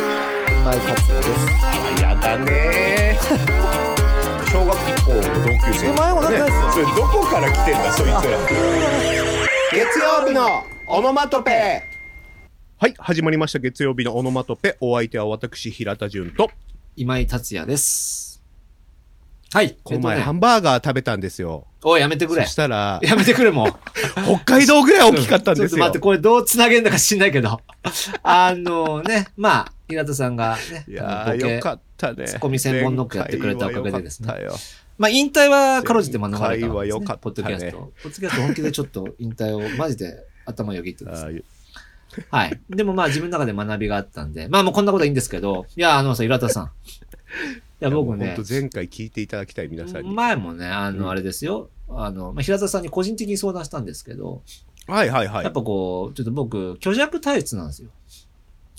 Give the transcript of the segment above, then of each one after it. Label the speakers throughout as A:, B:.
A: 今井克樹です
B: あやだねー 小学校の同級生
A: お前もだって
B: ねそれどこから来てんだそいつら
A: 月曜日のオノマトペ
B: はい始まりました月曜日のオノマトペお相手は私平田純と
C: 今井達也です。はい。
B: この前
C: えっと
B: ハ
C: ね
B: ンバーガー食べたんですよ
C: おい、やめてく
B: そ
C: れ。
B: したら
C: やめてくれ、もう。
B: 北海道ぐ らい大きかったんです
C: ちょっと待
B: よ
C: って、これどう繋げるのか知んないけ ど。あのね、まあ、平田さんがね、
B: い
C: あの
B: やーよかったね
C: ツッコミ専門ノックやってくれたおかげでですね
B: 前回はよかっ
C: まあ、引退はかろうじて免れたんです、ね。
B: 前回は良かったね
C: ポッドキャスト。ポッドキャスト本気でちょっと引退を、マジで頭よぎって
B: た
C: で
B: よ
C: す
B: あ。
C: は
B: ー
C: い。でもまあ、自分の中で学びがあったんで、まあもうこんなことはいいんですけど、いや、あのさ、平田さん。いや、僕
B: いや
C: ね
B: ほん、と前回聞いていただきたい皆さんに
C: 前もね、あ
B: うん
C: の、あれですよ。あの、まあ、平田さんに個人的に相談したんですけど、
B: はいはいはい
C: やっぱこう、ちょっと僕、虚弱体質なんですよ。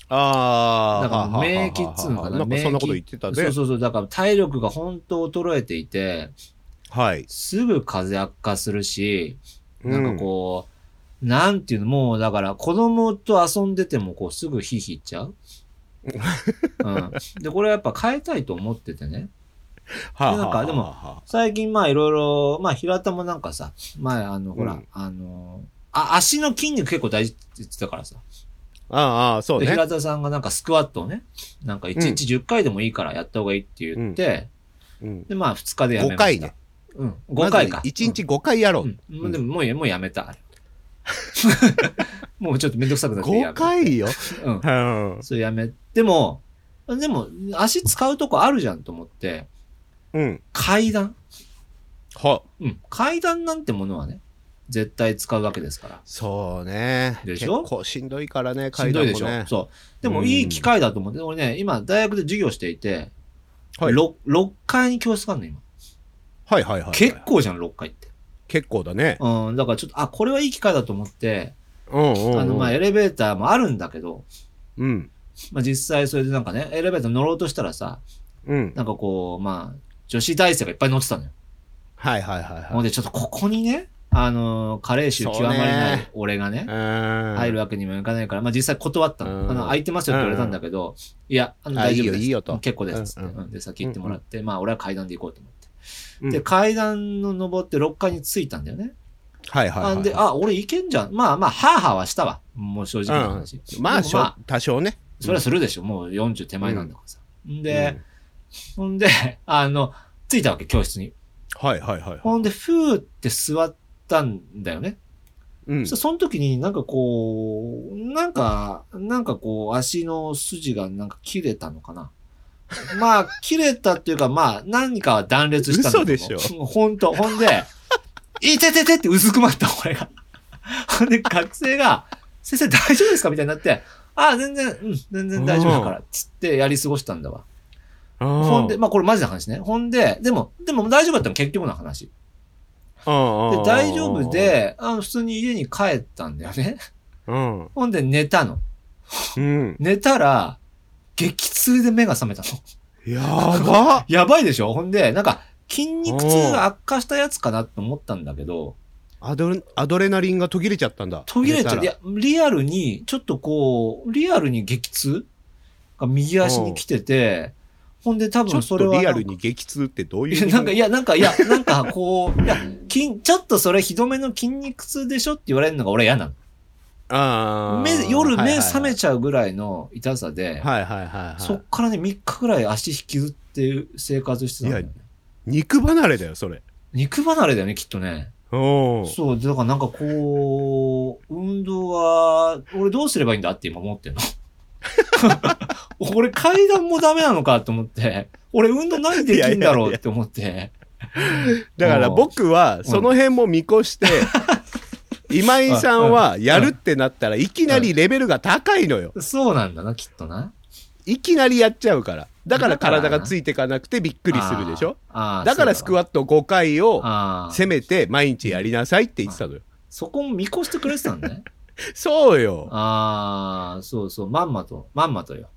B: ああ。
C: だから
B: はははは
C: 免疫っつうのかな
B: なんかそんなこと言ってたね。
C: そうそうそう。だから体力が本当衰えていて、
B: はい。
C: すぐ風邪悪化するし、な
B: うん
C: かこう、なんていうの、もうだから子供と遊んでてもこうすぐヒーヒーいっちゃ う。うん、で、これはやっぱ変えたいと思っててね。
B: はあ
C: なんかでも
B: はあは
C: 最近まあいろいろ、まあ平田もなんかさ、前あの、ほら、
B: うん
C: あの、あ、足の筋肉結構大事って言ってたからさ。
B: あああ、そう
C: で
B: ね。
C: 平田さんがなんかスクワットをね、なんか1日10回でもいいからやった方がいいって言って、
B: うん
C: で、まあ2日でやめま
B: 5
C: した。
B: 回ね。。
C: うん、5回か
B: ま。ず1日5回やろ
C: う
B: う。
C: ん。うん。でももうや、もうやめた。あ れもうちょっとめんどくさくなってや
B: 5
C: めた
B: 回よ。
C: うん。
B: うん
C: それやめ。でも、でも、足使うとこあるじゃんと思って、
B: うん。
C: 階段。
B: は、
C: うん。階段なんてものはね、絶対使うわけですから。
B: そうね。
C: でしょ
B: 結構しんどいからね、
C: しん
B: 階
C: どいで
B: 段も
C: しょ。
B: ね。
C: そう。でもいい機会だと思って、俺ね、今大学で授業していて、
B: はい
C: ろ六 6, 階に教室があるの、今。
B: はいはいはい。
C: 結。構じゃん、6階って。
B: 結構だね。
C: うん、だからちょっと、あ、これはいい機会だと思って、
B: うんうんうん。
C: あの、まあ、エレベーターもあるんだけど、
B: うん。
C: まあ、実際それでなんかね、エレベーター乗ろうとしたらさ、
B: うん。
C: なんかこう、まあ、女子大生がいっぱい乗ってたのよ。
B: はいはいはい
C: ほ
B: は
C: ん
B: い。
C: で、ちょっとここにね、あのー、加齢臭極まりな
B: そう
C: い俺がね、
B: うん
C: 入るわけにもいかないから、まあ実際断った
B: うん
C: の。あの、空いてますよって言われたんだけど、いや、あの、
B: あ
C: 大丈夫です。
B: いいよいいよと
C: 結構です。つって
B: うんうん
C: うんで、先行ってもらって、まあ俺は階段で行こうと思って。
B: うん
C: で、階段の登って6階に着いたんだよね。
B: はいはいはい。
C: あんで、あ、俺行けんじゃん。まあまあ、はあはあはしたわ。もう正直な話。
B: まあ、
C: で
B: し
C: も
B: ょ多少ね。
C: それはするでしょ。もう40手前なんだからさ。ん
B: う
C: で、
B: ん
C: ほんで、あの、着いたわけ、教室に。
B: はいはいはいはい。
C: ほんで、ふーって座ったんだよね。
B: うん
C: そその時になんかこう、なんか、なんかこう、足の筋がなんか切れたのかな。 まあ、切れたっていうか、まあ、何かは断裂したんだけど
B: 嘘でし
C: ほんと、ほんで、いてててってうずくまった、俺が。ほんで、学生が、先生大丈夫ですかみたいになって、ああ、全然、うん、全然大丈夫だから、つってやり過ごしたんだわ。ほ
B: ほ
C: んで、まあこれマジな話ね。ほんで、でも、でも大丈夫だったの結局の話。で、大
B: 大
C: 丈夫、で、あの普通に家に帰ったんだよね。
B: うん。
C: ほんで寝たの。
B: うん。
C: 寝たら、激痛で目が覚めたの。
B: やば
C: やばいでしょほんで、なんか、筋肉痛が悪化したやつかなと思ったんだけど、
B: アドレアドレナリンが途切れちゃったんだ。
C: 途切れちゃう。い
B: 寝たら
C: や、リアルに、ちょっとこう、リアルに激痛が右足に来てて、ほんで多
B: ちょ
C: 分
B: っ
C: それ
B: と
C: はなん
B: リ
C: か。
B: アルに激痛ってどう
C: い
B: い
C: や、
B: う
C: なんか、いや、なんか、いや、なんか、こう、いや、筋、ちょっとそれ、ひどめの筋肉痛でしょって言われるのが俺嫌なの。
B: あ
C: 目、
B: ー
C: 夜
B: はいはい
C: 目
B: はい
C: 覚めちゃうぐらいの痛さで、
B: はいはいはいはい。
C: そっからね、3日ぐらい足引きずって生活してたんだよね。
B: 肉離れだよ、それ。
C: 肉離れだよね、きっとね。
B: おー
C: そう、だからなんかこう、運動は、俺どうすればいいんだって今思ってる の。俺階段もダメなのかと思って、俺運動何できんだろうって思って。
B: だから僕は、
C: ん
B: その辺も見越して、今井さんはやるってなったらいきなりレベルが高いのよ。
C: そうなんだな、きっとな。
B: いきなりやっちゃうから。だから
C: だから
B: 体がついていかなくてびっくりするでしょ
C: あーあー
B: だからスクワット5回を
C: ああ。
B: せめて毎日やりなさいって言ってたのよ。
C: そこも見越してくれてたんだね。
B: そうよ。
C: ああ、そうそう、まんまと、まんまとよ。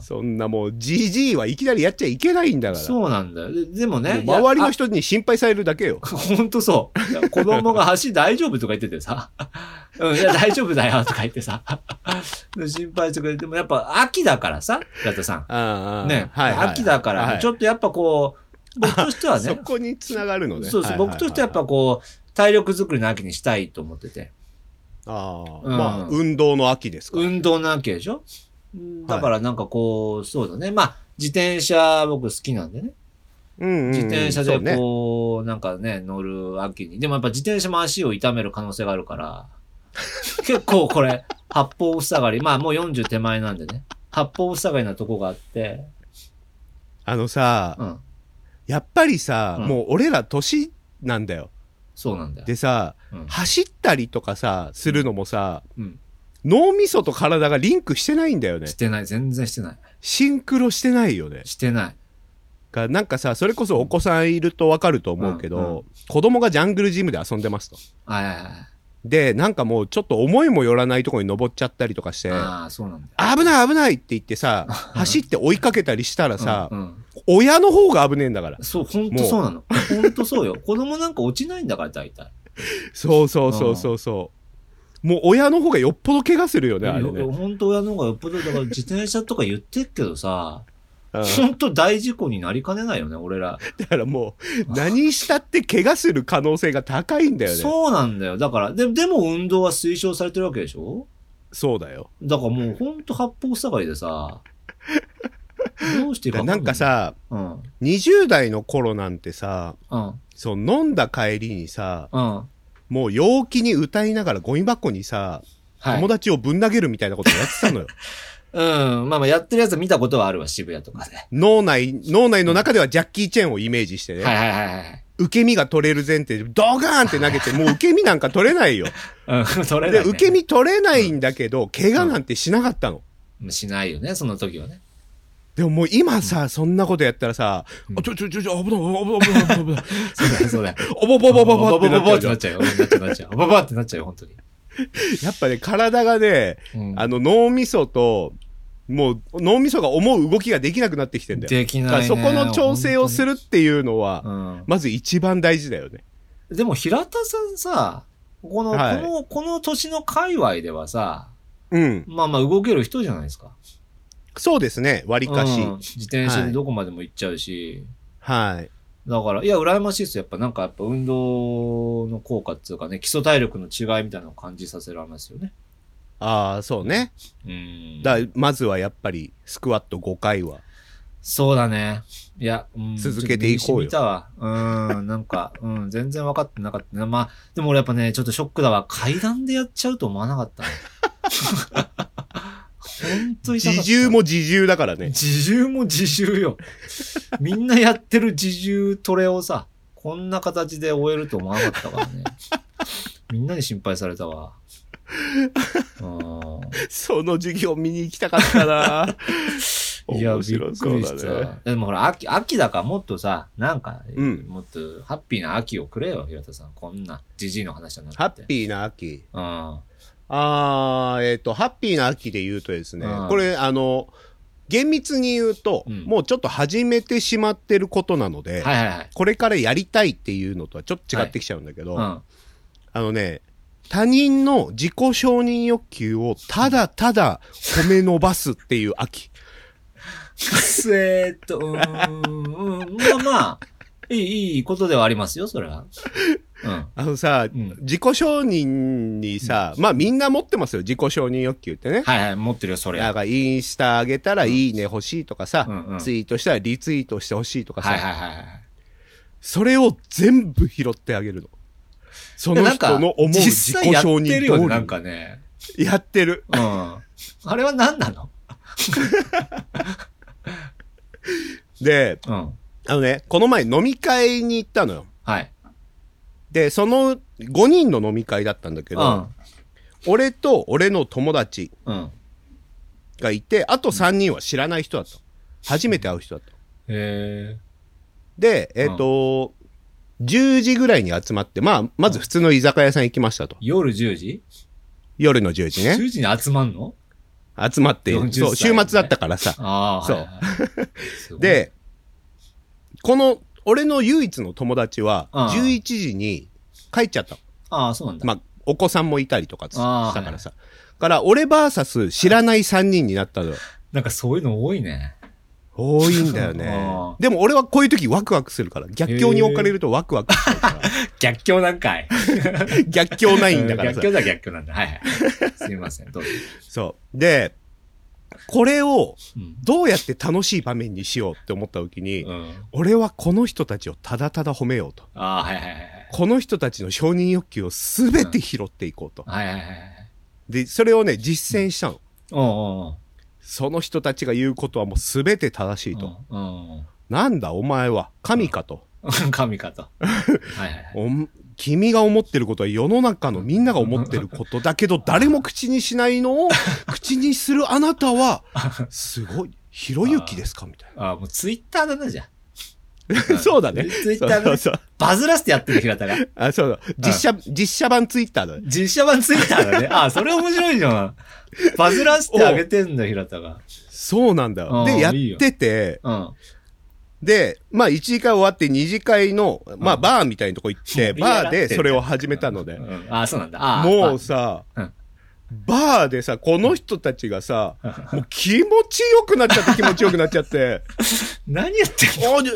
B: そんなもう、じじいはいきなりやっちゃいけないんだ
C: うん
B: から。
C: そうなんだよ。ででもね、
B: もう周りの
C: 人。
B: 人に心配されるだけよ。
C: 本当そういや。子供が足大丈夫とか言っててさ。 うん、いや、大丈夫だよとか言ってさ。 心配してくれても、やっぱ秋だからさ、ガトさん。
B: ああ
C: ね、
B: はいはい
C: 秋だから、
B: はい
C: ちょっとやっぱこう、僕としては
B: そ
C: ね、
B: こにつながるのね。
C: そうです、僕としてはやっぱこう、体力作りの秋にしたいと思ってて、
B: ああ、
C: うん
B: まあ、運動の秋ですか。
C: 運動なわけでしょうんだからなんかこう、そうだね、まあ、自転車僕好きなんでね、
B: うんうんうん
C: 自転車
B: そ
C: で
B: うね。
C: こう、なんかね、乗る秋に、でもやっぱ自転車も足を痛める可能性があるから、 結構これ、八方塞がり、まあもう40手前なんでね、八方塞がりなとこがあって、
B: あのさ、
C: うん、
B: やっぱりさ、
C: うん
B: もう俺ら年なんだよ。
C: そうなんだよ。
B: でさ、
C: うん
B: 走ったりとかさ、するのもさ、
C: うん、
B: 脳みそと体がリンクしてないんだよね
C: し。てない、全然してない。
B: シンクロしてないよね。
C: してない。
B: がなんかさ、それこそお子さんいるとわかると思うけど、
C: うんう
B: 子供がジャングルジムで遊んでますと。
C: はいはいはい。
B: で、なんかもうちょっと思いもよらないとこに登っちゃったりとかして、
C: ああ、そうなんだ。
B: 危ない危ないって言っ てさ、走って追いかけたりしたらさ、
C: うんうん
B: 親の方が危ねえんだから。
C: そう、ほんとそうなの。ほんとそうよ。子供なんか落ちないんだから、大体。
B: そうそうそうそうそう。もう親の方がよっぽど怪我するよね、あれ ね。
C: ほんと親の方がよっぽど、だから自転車とか言ってっけどさ、
B: うん
C: ほんと大事故になりかねないよね、俺ら。
B: だからもう、何したって怪我する可能性が高いんだよね。そう
C: そうなんだよ。だから、ででも運動は推奨されてるわけでしょ
B: だよ。だ
C: だからもうほんと八方塞がりでさ、どうしていい
B: か
C: からわ
B: なん
C: い
B: か、さ、
C: うん、うん、
B: 20代の頃なんてさ、
C: うん、
B: そう、飲んだ帰りにさ、
C: は
B: もう陽気に歌いながらゴミ箱にさ、友
C: い。
B: 達をぶん投げるみたいなことやってたのよ。
C: うん、まあまあ、やってるやつは見たことはあるわ、渋谷とかで。
B: 脳内、脳内の中ではジャッキー・チェーンをイメージしてね、
C: はいはいはいはい。
B: 受け身が取れる前提で、ドガーンって投げて、もう受け身なんか取れないよ。
C: うん、それ
B: で、
C: だ、ね、
B: 受け身取れないんだけど、怪我なんてしなかったの。
C: しないよね、その時はね。
B: でももう今さ、そんなことやったらさ、
C: うん
B: あちょちょちょちょ、危ない、危ない、危ない、危ない、危ない、
C: そうだよ、そうだよ。
B: おぼぼぼぼぼ
C: ボ
B: ってなっ
C: ボって
B: ちゃう
C: なっちゃうよ。なっちゃう、なっちゃう。ボボってなっちゃうよ、本当に。
B: やっぱね、体がね、
C: うん
B: あの脳みそと、もう脳みそが思う動きができなくなってきてんだよ。
C: でき
B: だか
C: ない、
B: ら
C: ね。
B: そこの調整をす
C: る。
B: るっていうのは、
C: うん。
B: まず一番大事だよね。
C: でも、平田さんさ、この、
B: はい
C: この、この年の界隈ではさ、
B: うん。
C: まあまあ動ける人じゃないですか。
B: そうですね、割かし。
C: うん自転車でどこまでも行っちゃうし。
B: はい。
C: だから、いや、羨ましいですよ。やっぱなんか、やっぱ運動の効果っていうかね、基礎体力の違いみたいなのを感じさせられますよね。
B: ああ、そうね。
C: うん。
B: だまずはやっぱり、スクワット5回は。
C: そうだね。いや、うん
B: 続けていこうよ
C: ちょっと身に染みたわ。うん、なんか、うん、全然分かってなかったな。まあ、でも俺やっぱね、ちょっとショックだわ。階段でやっちゃうと思わなかったね。本当に痛かった
B: 自重。も自重だからね。
C: 自重も自重よ。みんなやってる自重トレをさ、こんな形で終えると思わなかったからね。みんなに心配されたわ。うん。
B: その授業見に行きたかったな
C: いや、
B: 面白そうだね。
C: でもほら、秋、秋だからもっとさ、なんか、
B: うん
C: もっとハッピーな秋をくれよ、平田さん。こんな、じじいの話じゃなくて。
B: ハッピーな秋。
C: うん。
B: ああ、えっ、と、ハッピーな秋で言うとですね
C: うん、
B: これ、あの、厳密に言うと、
C: うん
B: もうちょっと始めてしまってることなので、
C: はいはいはい。
B: これからやりたいっていうのとはちょっと違ってきちゃうんだけど、
C: うん。
B: あのね、他人の自己承認欲求をただただ褒め伸ばすっていう秋。
C: えーっと、うーん、うんまあまあ、いい、いいことではありますよ、それは。うん。
B: あのさ、
C: うん
B: 自己承認にさ、まあみんな持ってますよ、自己承認欲求ってね。
C: はいはい、持ってるよ、それ。
B: なん
C: はい
B: かインスタ上げたらいいね欲しいとかさ、
C: うんうん
B: ツイートしたらリツイートしてほしいとかさ、
C: はいはいはい。
B: それを全部拾ってあげるの。その
C: なんか
B: 人の思う自
C: 実際
B: 己
C: やっ
B: 承認
C: てるよ
B: 通
C: ね、
B: り
C: なんかね。
B: やってる。
C: うん。あれは何なの
B: で、
C: うん。
B: あのね、この前飲み会に行ったのよ。
C: はい。
B: で、その5人の飲み会だったんだけ
C: う
B: ど、
C: ん。
B: 俺と俺の友達
C: うん。
B: がいて、あと3人は知らない人だった。初めて会う人だった。
C: へえ。
B: で、えっ、と、10時ぐらいに集まって、まあ、まず普通の居酒屋さん行きましたと。
C: 夜10時
B: 夜の10時ね。
C: 10時に集まんの
B: 集まって、
C: 40
B: そう、週
C: 歳
B: 末
C: ね
B: だったからさ。
C: ああ、
B: そう
C: はいはいはい、すごい、
B: で、この、俺の唯一の友達は、
C: うん
B: 11時に帰っちゃったの。
C: ああ、そうなんだ。
B: まあ、お子さんもいたりとかつ
C: あー
B: したからさ。から、俺バーサス知らない3人になったのよ。
C: なんかそういうの多いね。
B: 多いんだよね
C: あ。
B: でも俺はこういう時ワクワクするから、逆境に置かれるとワクワクしちゃうか
C: 逆境なんかい。
B: ら。逆境ないんだからさ
C: 逆。境だ、逆境なんだ。はいはい。すみません、どうぞ。
B: そう。で、これを
C: うん。
B: どうやって楽しい場面にしようって思った時に、
C: うん、
B: 俺はこの人たちをただただ褒めようと。
C: ああ、はいはいはいはい。
B: この人たちの承認欲求をすべて拾っていこうと。
C: はいはいはいはい。
B: で、それをね、実践したの。
C: おうおうおう
B: その人たちが言うことはもうすべて正しいと。
C: うんうん
B: なんだお前は神かと。
C: うん。神かと。はいはいはい。
B: おん君が思ってることは世の中のみんなが思ってることだけど、誰も口にしない のを口にするあなたは、すごい、ひろゆきですかみたい
C: ああ、もうツイッターだな、じゃ
B: な。
C: あ。
B: そうだね。
C: ツイッ
B: そ
C: タ
B: う
C: ー
B: そう
C: で
B: そう。
C: バズらせてやってる平田が。
B: あ、そうだ。実写、実写版ツイッターだね。
C: 実写版ツイッターだね。ああ、それ面白いじゃん。バズらせてあげてんだ、平田が。
B: そうなんだよ。
C: あ
B: で、
C: ー
B: やってて、
C: うん。
B: で、まあ1次会終わって2次会の、まあ
C: うん
B: バーみたいなとこ行って、
C: もうや
B: バ
C: らせ
B: ー
C: てん
B: で
C: じゃん
B: それを始めたので
C: う、ん、ああ、そうなんだ。ああ。
B: もうさ
C: うん、
B: バーでさ、この人たちがさ、もう気持ちよくなっちゃって気持ちよくなっちゃって、
C: 何やってんの
B: あで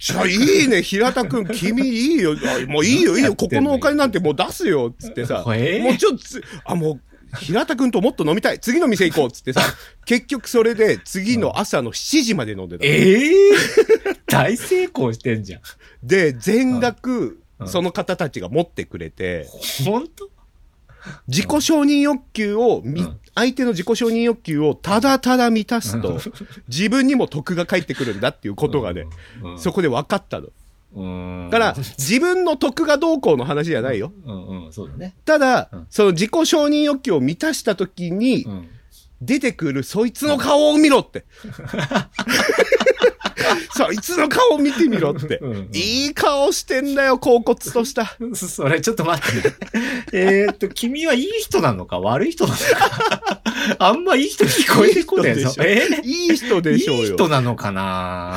B: じゃあいいね、平田君、君いいよ、あもういいよ、いいよ、ここのお金なんてもう出すよ、つってさ、も
C: えー
B: うちょっとつ、あ、もう、平田君ともっと飲みたい、次の店行こう、つってさ、結局それで次の朝の7時まで飲んでた。
C: ええ 大成功してんじゃん。
B: で、全額
C: う、ん
B: その方たちが持ってくれて、
C: ほんと
B: 自己承認欲求をみ、
C: うん
B: 相手の自己承認欲求をただただ満たす
C: うん
B: と、自分にも得が返ってくるんだっていうことがね、、
C: うん、
B: そこで分かったの。
C: うん。
B: だから、自分の得がどうこうの話じゃないよ。
C: うんうん、そうだね。
B: ただ、
C: うん
B: その自己承認欲求を満たした時に
C: う、ん。
B: 出てくるそいつの顔を見ろ って。そいつの顔を見てみろって
C: うんうん。
B: いい顔してんだよ、恍惚とした。
C: それ、ちょっと待ってね。 えーっと、君はいい人なのか悪い人なのか あんまいい人に聞こえてこねえぞ。え
B: いい人
C: ー
B: でしょうよ。
C: いい人なのかな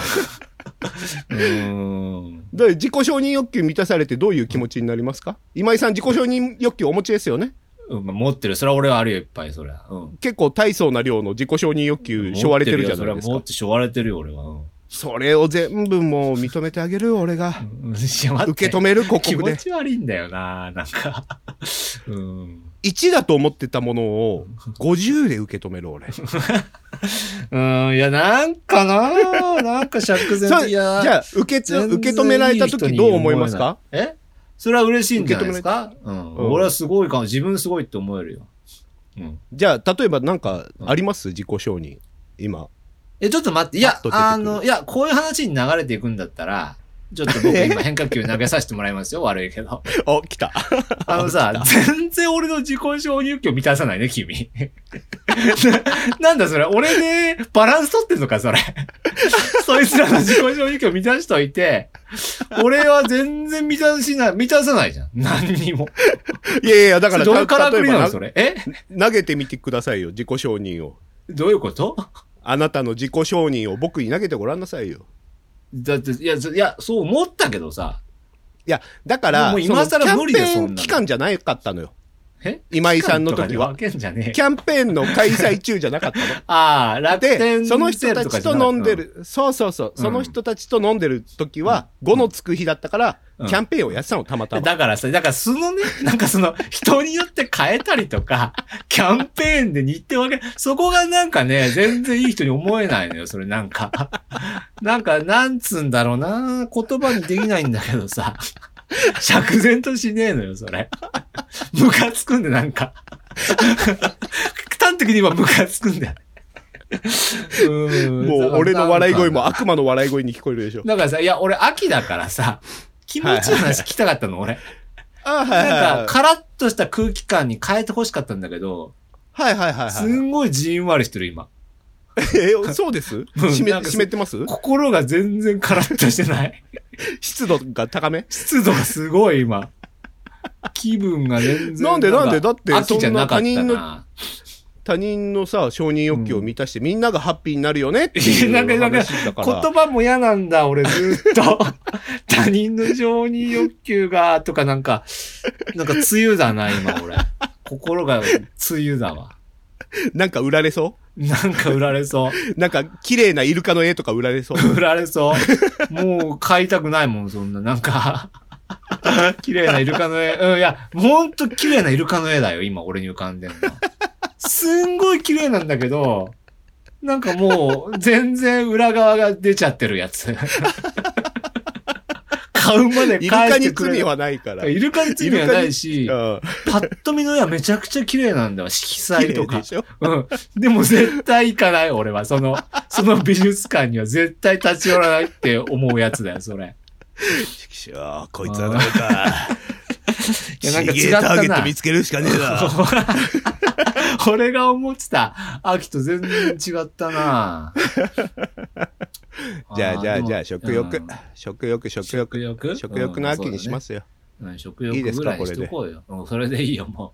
C: うーん。
B: だから自己承認欲求満たされてどういう気持ちになりますか今井さん自己承認欲求お持ちですよね
C: うん、まあ持ってる。それは俺はあるよ、いっぱい、それは。うん。
B: 結構大層な量の自己承認欲求しょわれてるじゃな
C: 持っ
B: いです
C: てるよ
B: か
C: それは持ってしょわれてるよ、俺は。うん
B: それを全部もう認めてあげるよ俺が
C: うん。しまって
B: 受け止めるこ
C: 気
B: こ
C: 持
B: で
C: ち悪いんだよな、なんか。うん。
B: 1だと思ってたものを50で受け止める俺
C: うん、いや、なんかな、なんか釈然
B: さ
C: と。
B: あ
C: い
B: じ
C: や、
B: ゃあ受けつ
C: 全然
B: 受け止められた時どう思いますか
C: いい人に思えないえそれは嬉しいんじゃないですかうん。
B: うん
C: 俺はすごいかも。自分すごいって思えるよ。うん。
B: じゃあ例えばなんかあります自己承認今
C: え、ちょっと待って。いや
B: パッと、出てくる
C: あの、いや、こういう話に流れていくんだったら、ちょっと僕今変化球投げさせてもらいますよ。悪いけど。
B: お来た
C: あのさ、 全然俺の自己承認欲求を満たさないね、君。 ななんだそれ、俺でバランス取ってんのか、それ。 そいつらの自己承認欲求を満たしといて、俺は全然満たしない、満たさないじゃん。何にも。
B: いやいやだ
C: だ
B: から
C: どういうから
B: た
C: く
B: 例
C: り
B: え
C: な
B: ば
C: の、それ。え
B: な投げてみてくださいよ自己承認を
C: どういうこと
B: あなたの自己承認を僕に投げてごらんなさいよ。
C: だって、いや、そいや、そう思ったけどさ。
B: いや、だから、
C: もう今更
B: その
C: 無理だよ
B: キャン
C: そん
B: ペー
C: な
B: ン
C: の
B: 期間じゃなかったのよ。
C: え
B: 今井さんの時は。
C: キャンとかで分けんじゃねえ
B: キャンペーンの開催中じゃなかったの。
C: ああ、楽
B: で、
C: 天
B: その人た
C: セール
B: ち
C: かじゃ
B: と
C: なかった
B: 飲んで。る、そうそうそう、
C: うん
B: その人たちと飲んでる時は、5のつく日だったから、
C: うん
B: キャンペーンをやってたの、たまたま。
C: だからさ、だからそのね、 なんかその、人によって変えたりとか、 キャンペーンで日程分け、そこがなんかね、全然いい人に思えないのよ、それなんか。 なんか、なんつうんだろうな、言葉にできないんだけどさ、釈然としねえのよ、それ。ムカつくんで、なんか。端的に今ムカつくんだよ。
B: も
C: も
B: う俺の笑い声も悪魔の笑い声に聞こえるでしょ。
C: だからさ、いや、俺秋だからさ、気持ちいい話聞きたかったの、俺。
B: あはいはい
C: なんか、
B: は
C: カラッとした空気感に変えて欲しかったんだけど、
B: い。はいはいはい
C: す
B: は
C: んごいじんわりしてる、今。
B: い。え、そうです湿
C: なんか
B: 湿ってます
C: 心が全然カラッとしてない。
B: 湿度が高め
C: 湿度がすごい、今。気分が全然。
B: なんでなんでだって
C: 秋じゃなかっ
B: そん
C: た
B: な他人
C: な。
B: 他人のさ、承認欲求を満たして、みんながハッピーになるよねっていう
C: なんかなんか
B: 話だから。
C: 言葉も嫌なんだ、俺ずっ と。他人の承認欲求が、とかなんか、なんか梅雨だな、今俺。心が梅雨だわ。
B: なんか売られそ
C: なんか売られそう
B: なんか綺麗なイルカの絵とか売られそう
C: う。売られ そう。もう買いたくないもん、そんな。なんか。 綺麗なイルカの絵。うん、いや、ほんと綺麗なイルカの絵だよ、今俺に浮かんでるのは。すんごい綺麗なんだけど、なんかもう、全然裏側が出ちゃってるや つ。買うまで
B: イルカ
C: 返し
B: に
C: てくれ
B: 罪はないから。
C: イルカに罪はないし、
B: うん
C: パッと見の絵はめちゃくちゃ綺麗なんだよ、色
B: 綺
C: 彩と
B: 麗
C: か
B: で。しょ
C: うん。でも絶対行かない、俺は。その、その美術館には絶対立ち寄らないって思うやつだよ、それ。
B: ちくしょうこいつはダメか。
C: いや、なんか
B: ちげ
C: 違
B: え
C: っ
B: タ
C: た
B: ーゲット
C: な
B: 見。つけるしか ねえな。
C: 俺が思ってた、秋と全然違ったな
B: じゃあじゃあじゃ
C: でも
B: あ食欲、
C: うん
B: 食欲食
C: 食
B: 欲
C: 欲。
B: 食欲の秋にしますすよ。
C: うん食
B: いいで
C: 欲
B: す
C: ぐ
B: から
C: いしとこうよ。うんそれでいいよ、も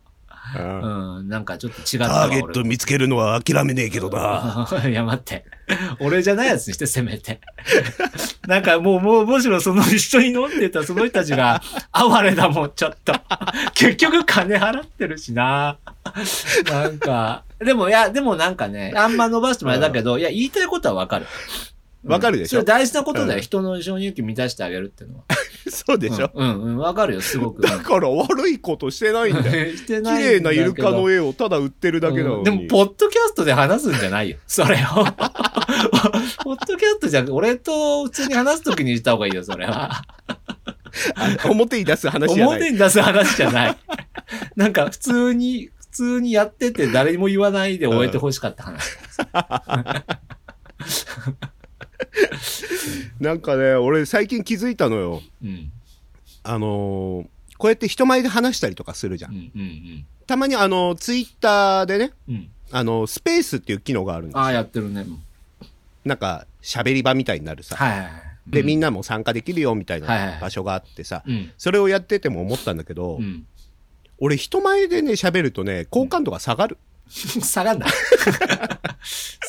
B: うん
C: う。うん、なんかちょっと違っ
B: タ
C: たわ。
B: ーゲット
C: 俺
B: 見つけるのは諦めねえけ どな。
C: いや、待って。俺じゃないやつにして、せめ て。なんかもう、もう、むしろその一緒に飲んでたその人たちが哀れだもん、ちょっと。結局金払ってるしな。なんか、でも、いや、でもなんかね、あんま伸ばしてもあれだけど、いや、言いたいことはわかる。
B: わかるでしょ
C: うんそれ大事なことだよ。
B: うん
C: 人の承認欲求満たしてあげるっていうのは。
B: そうでしょ
C: うん、うん、うんわかるよ、す ごく。
B: だから悪いことしてないんだ よ。
C: 綺
B: 綺麗なイルカの絵をただ売ってるだけだ
C: う
B: の
C: ん
B: に。
C: でも、 ポッドキャストで話すんじゃないよ。 それを。ポッドキャストじゃなくて、俺と普通に話すときにした方がいいよ、それは。
B: あ表に出す話じゃない。
C: 表に出す話じゃない。 なんか、普通に、普通にやってて誰にも言わないで終えてほしかった話。
B: なんかね、俺最近気づいたのよ。
C: うん。
B: あのーこうやって人前で話したりとかするじゃ。
C: うんん。うん。
B: たまにあの、ツイッターでね、
C: うん。うん。
B: あの、スペースっていう機能があるんです
C: ああ、やってるね。うん
B: なんか、喋り場みたいになるさ。
C: はいはいはい。
B: で、みん
C: な。
B: なも参加できるよみたい
C: はいはいは
B: ない場所があってさ、
C: うん。
B: それをやってても思ったんだけど、
C: うん。
B: 俺人前でね、喋るとね、好感度が下がる。
C: 下がんない。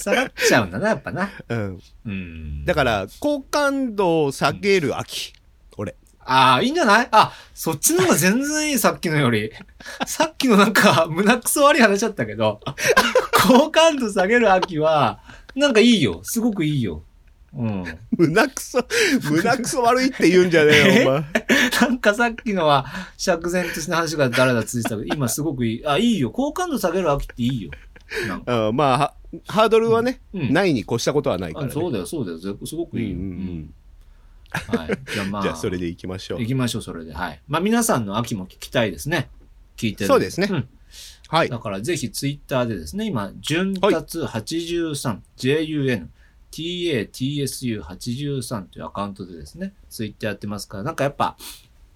C: 下がっちゃうんだな、やっぱな。
B: うん。
C: うん。
B: だから、好感度を下げる秋。俺。
C: ああ、いいんじゃないあ、そっちの方が全然いい、さっきのよ り。さっきのなんか、胸くそ悪い話だったけど、好感度下げる秋は、なんかいいよ。すごくいいよ。うん。
B: 胸くそ、胸くそ悪いって言うんじゃね えよ、お前。
C: なんかさっきのは、釈然とした話が誰だついてたけど、今すごくいい。あ、いいよ。好感度下げる秋っていいよ。なんか。
B: うん、まあ、はハードルはね、
C: うん。
B: ないに越したことはないから、
C: あ
B: ね。
C: そうだよ、そうだよ。ぜすご
B: うん
C: く
B: うん
C: いいよ。
B: う
C: うん
B: ん。
C: はい。じゃあまあ、
B: じゃあ、それで行きましょう
C: 行。きましょう、それで。はい。まあ皆さんの秋も聞きたいですね。聞いてる。
B: そうですね
C: ん
B: はい。
C: だからぜひツイッターでですね、今、潤達83、JUN、TATSU83 というアカウントでですね、ツイッターやってますから、なんかやっぱ、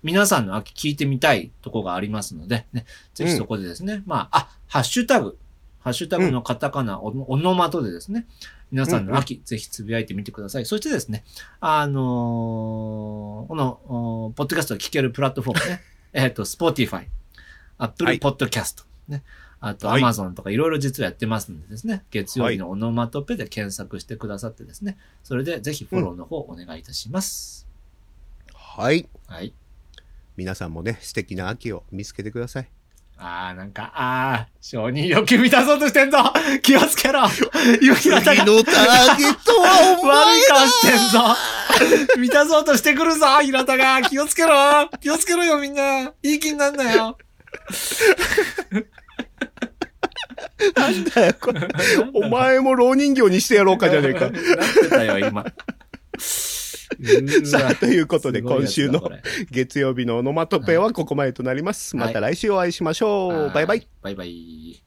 C: 皆さんの秋聞いてみたいとこがありますので、ね、ぜひそこでですね、まあ、あ、ハッシュタグ、ハッシュタグのカタカナ、オノオノマトでですね、皆さんの秋、ぜひつぶやいてみてください。そしてですね、あのーこの、おーポッドキャストを聞けるプラットフォームね、えっと、Spotify、
B: は
C: Apple
B: い
C: Podcast、ね、あと
B: はい
C: Amazon とかいろいろ実はやってますんでですね、月曜日のオノマトペで検索してくださってですね、それでぜひフォローの方お願いいたします。
B: はい。
C: はい。
B: 皆さんもね、素敵な秋を見つけてくだ さい。
C: あー、なんか、あー、承認欲求満たそうとしてんぞ 気をつけろ言き
B: 次の
C: 方
B: ター
C: が
B: ゲットはお前
C: 悪い顔してんぞ 満たそうとしてくるぞ平田が気をつけろ気をつけろよみんないい気になんなよ
B: なんだよ、これ。お前も老人形にしてやろうかじゃねえ
C: な
B: か
C: っ。てたよ、今。
B: さあ、ということで、
C: すごい
B: 今
C: やつだ
B: 週の
C: これ
B: 月曜日のオノマトペはここまでとなります。
C: はい
B: また来週お会いしましょう。バイバイ。
C: バイバイ。